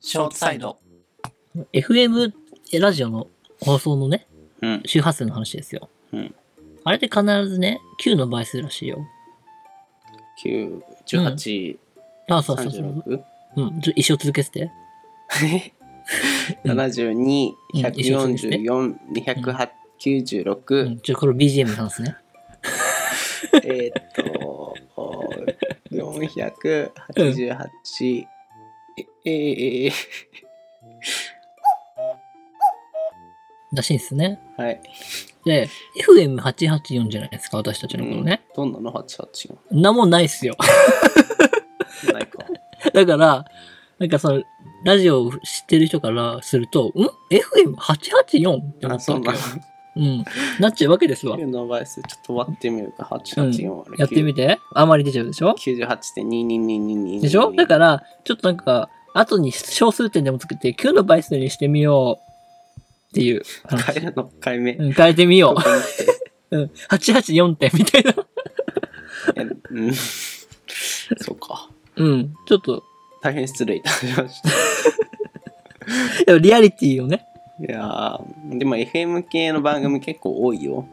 ショートサイド。 FM ラジオの放送のね、うん。周波数の話ですよ。うんあれって必ずね、9の倍数らしいよ。 9、18、あ、そうそうそう。 36、うん、ちょ一生続けて て。うん72、うん144、う296、ん、ちょ、これ BGM の話ね。えーっと、488、ええー、らしいんですね。はい。で、FM884 じゃないですか、私たちのことね。どんなの ?88 が。ん、なもんないっすよ。 ないか。だから、なんかその、ラジオを知ってる人からすると、ん ?FM884? ってなあ、ったそうわなけよ。うん。なっちゃうわけです わ。の。の倍数、ちょっと割ってみるか。884割る。やってみて。あまり出ちゃうでしょ98.22222。でしょだから、ちょっとなんか、後に小数点でも作って9の倍数にしてみようっていう話。変えるの変え目。うん変えてみよここに来てう。うん、884点みたいな。えうん。そうか。うん。ちょっと、大変失礼いたしま した。でもリアリティをね。いやーでも FM 系の番組結構多いよ。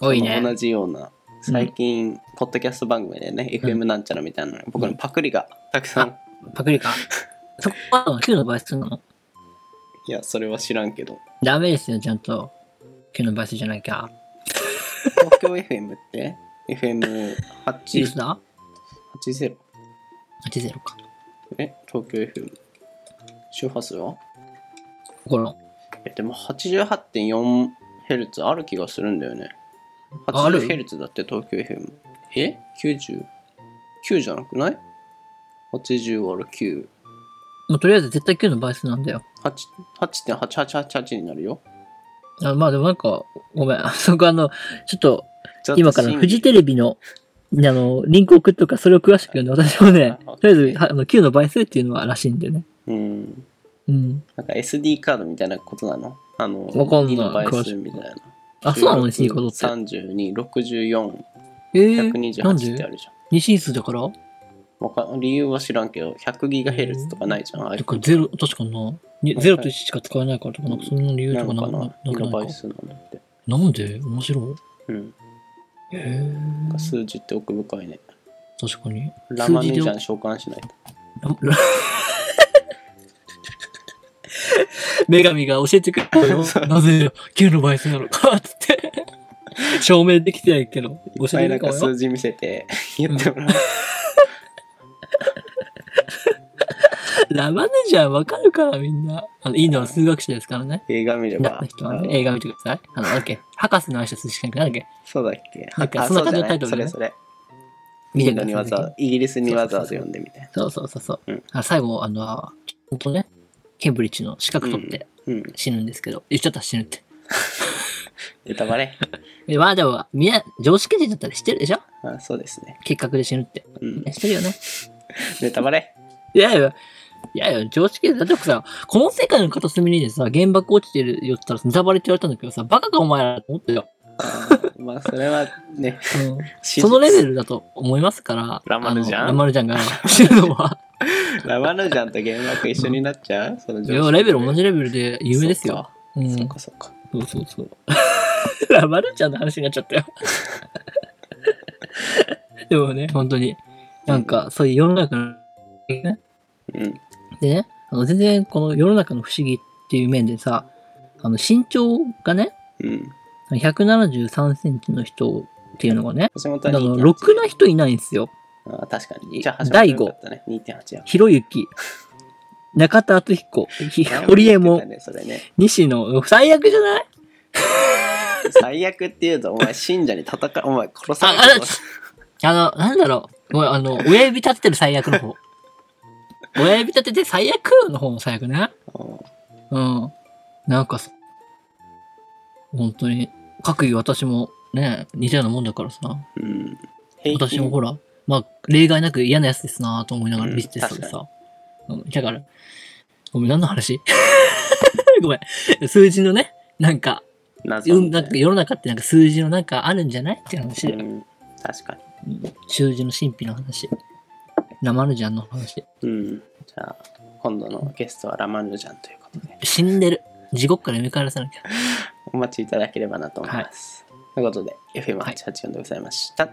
多いそのね。同じような。最近、ポッドキャスト番組でね、FM なんちゃらみたいなの僕のパクリがたくさん。パクリか。そこは9の倍数なのいや、それは知らん けど。ダメですよ、ちゃんと。9の倍数じゃなきゃ。東京 FM っていくつ ?FM80。だ80 ?80 か。え東京 FM。周波数は心。えでも 88.4Hz ある気がするんだよね。ある 80Hz だって東京 FM。え ?90?9 じゃなくない ?80 割る9。もうとりあえず絶対9の倍数なんだよ。 8 8.8888になるよ。あまあでもなんか、ごめん。 あそこあの、ちょっと、ちょっと今から審議フジテレビの、あの、リンク送っとくから、それを詳しく読んで、私もねはい、とりあえず、はあの、9の倍数っていうのはらしいんでね。うん。うん。なんか SD カードみたいなことなのあの、わかんない2の倍数みたいな。あ、そうなの西ことって。 32、64、えー、なん128ってあでるじゃん。二進数だからわか理由は知らんけど、100GHz とかないじゃん。ああいうだからゼロ、確かな。にゼロと1しか使えないからとか、なんかそんな理由なとかのなかんかなな ?2 くなのい倍か数なのって。なんで面白うん。い。へーなんか数字って奥深いね。確かに。ラマネジャラン召喚しないと。ラ 女神が教えてくれたよ。なぜよ9の倍数なのかっつって。証明できてないけど、いっ教ぱえいてなんるかもかよ。数字見せて言ってもらう。ラマネじゃわかるからみんな。あの、インドの数学者ですからね。映画見れなっばた。人はね、映画見てください。あの、なんだっけ、博士の挨拶しかなくなんだっけ、そうだっけなんかあそんな感じそのうタイトルそだねれそれ。見イてンドくだにさいわざわぜイギリスにわざわざそうそうそ読うんでみて。ひ。そうそうそうそううん。あ最後、あの、本当ね、ケンブリッジの資格取ってうん。死ぬんですけど、言っちゃったら死ぬって。ネタバレ。えまあでも、みんな、常識人だったら知ってるでしょあそうですね。結核で死ぬって。 うん。知ってるよね。ネタバレ。いやいや、いやいや、常識人だってさ、この世界の片隅にでさ、原爆落ちてるよって言ったら、ネタバレって言われたんだけどさ、バカかお前らと思ったよ。あーまあ、それはね、うん そのレベルだと思いますから、ラマルジャンあのラマルジャンが死ぬ のは、史実ラマヌジャンと原爆一緒になっちゃうそのいやレベル同じレベルで有名ですよ。。うそん、うそかそうか、そうか。うそうそう。 ラマルジャンの話になっち ゃったよ。でもね、本当に、なんか、そういう世の中の、ね、うん。でね、あの全然この世の中の不思議っていう面でさ、あの身長がね、うん。 173センチの人っていうのがね、橋本あはの2.8ろくな人いないんですよ。あー確かに。じゃあ、橋本第よ五かったね。2.8や。ひろゆ き、中田敦彦、ひ 堀江もも、それね。西野、最悪じゃない最悪って言うと、お前、信者に戦う、お前、殺され ああるだあの、なんだろう。ごめんあの、親指立ててる最悪の 方。親指立てて最悪の方の最悪ね。ぞ。うん。なんかさ、本当に、各位私もね、似たようなもんだからさ、うん。平均私もほら、まあ、例外なく嫌なやつですなぁと思いながら見てたけど確さ、うん、だから、ごめん、何の話 ごめん、数字のね、なんか、謎うん、みたないんか世の中ってなんか数字のなんかあるんじゃないっていう話うで、ん確かに。うん数字の神秘の話。ラマルジャンの話。うん。じゃあ、今度のゲストはラマンルジャンということで、死んでる。地獄から見返らさなきゃ。お待ちいただければなと思います。ということで、FM884 でございました。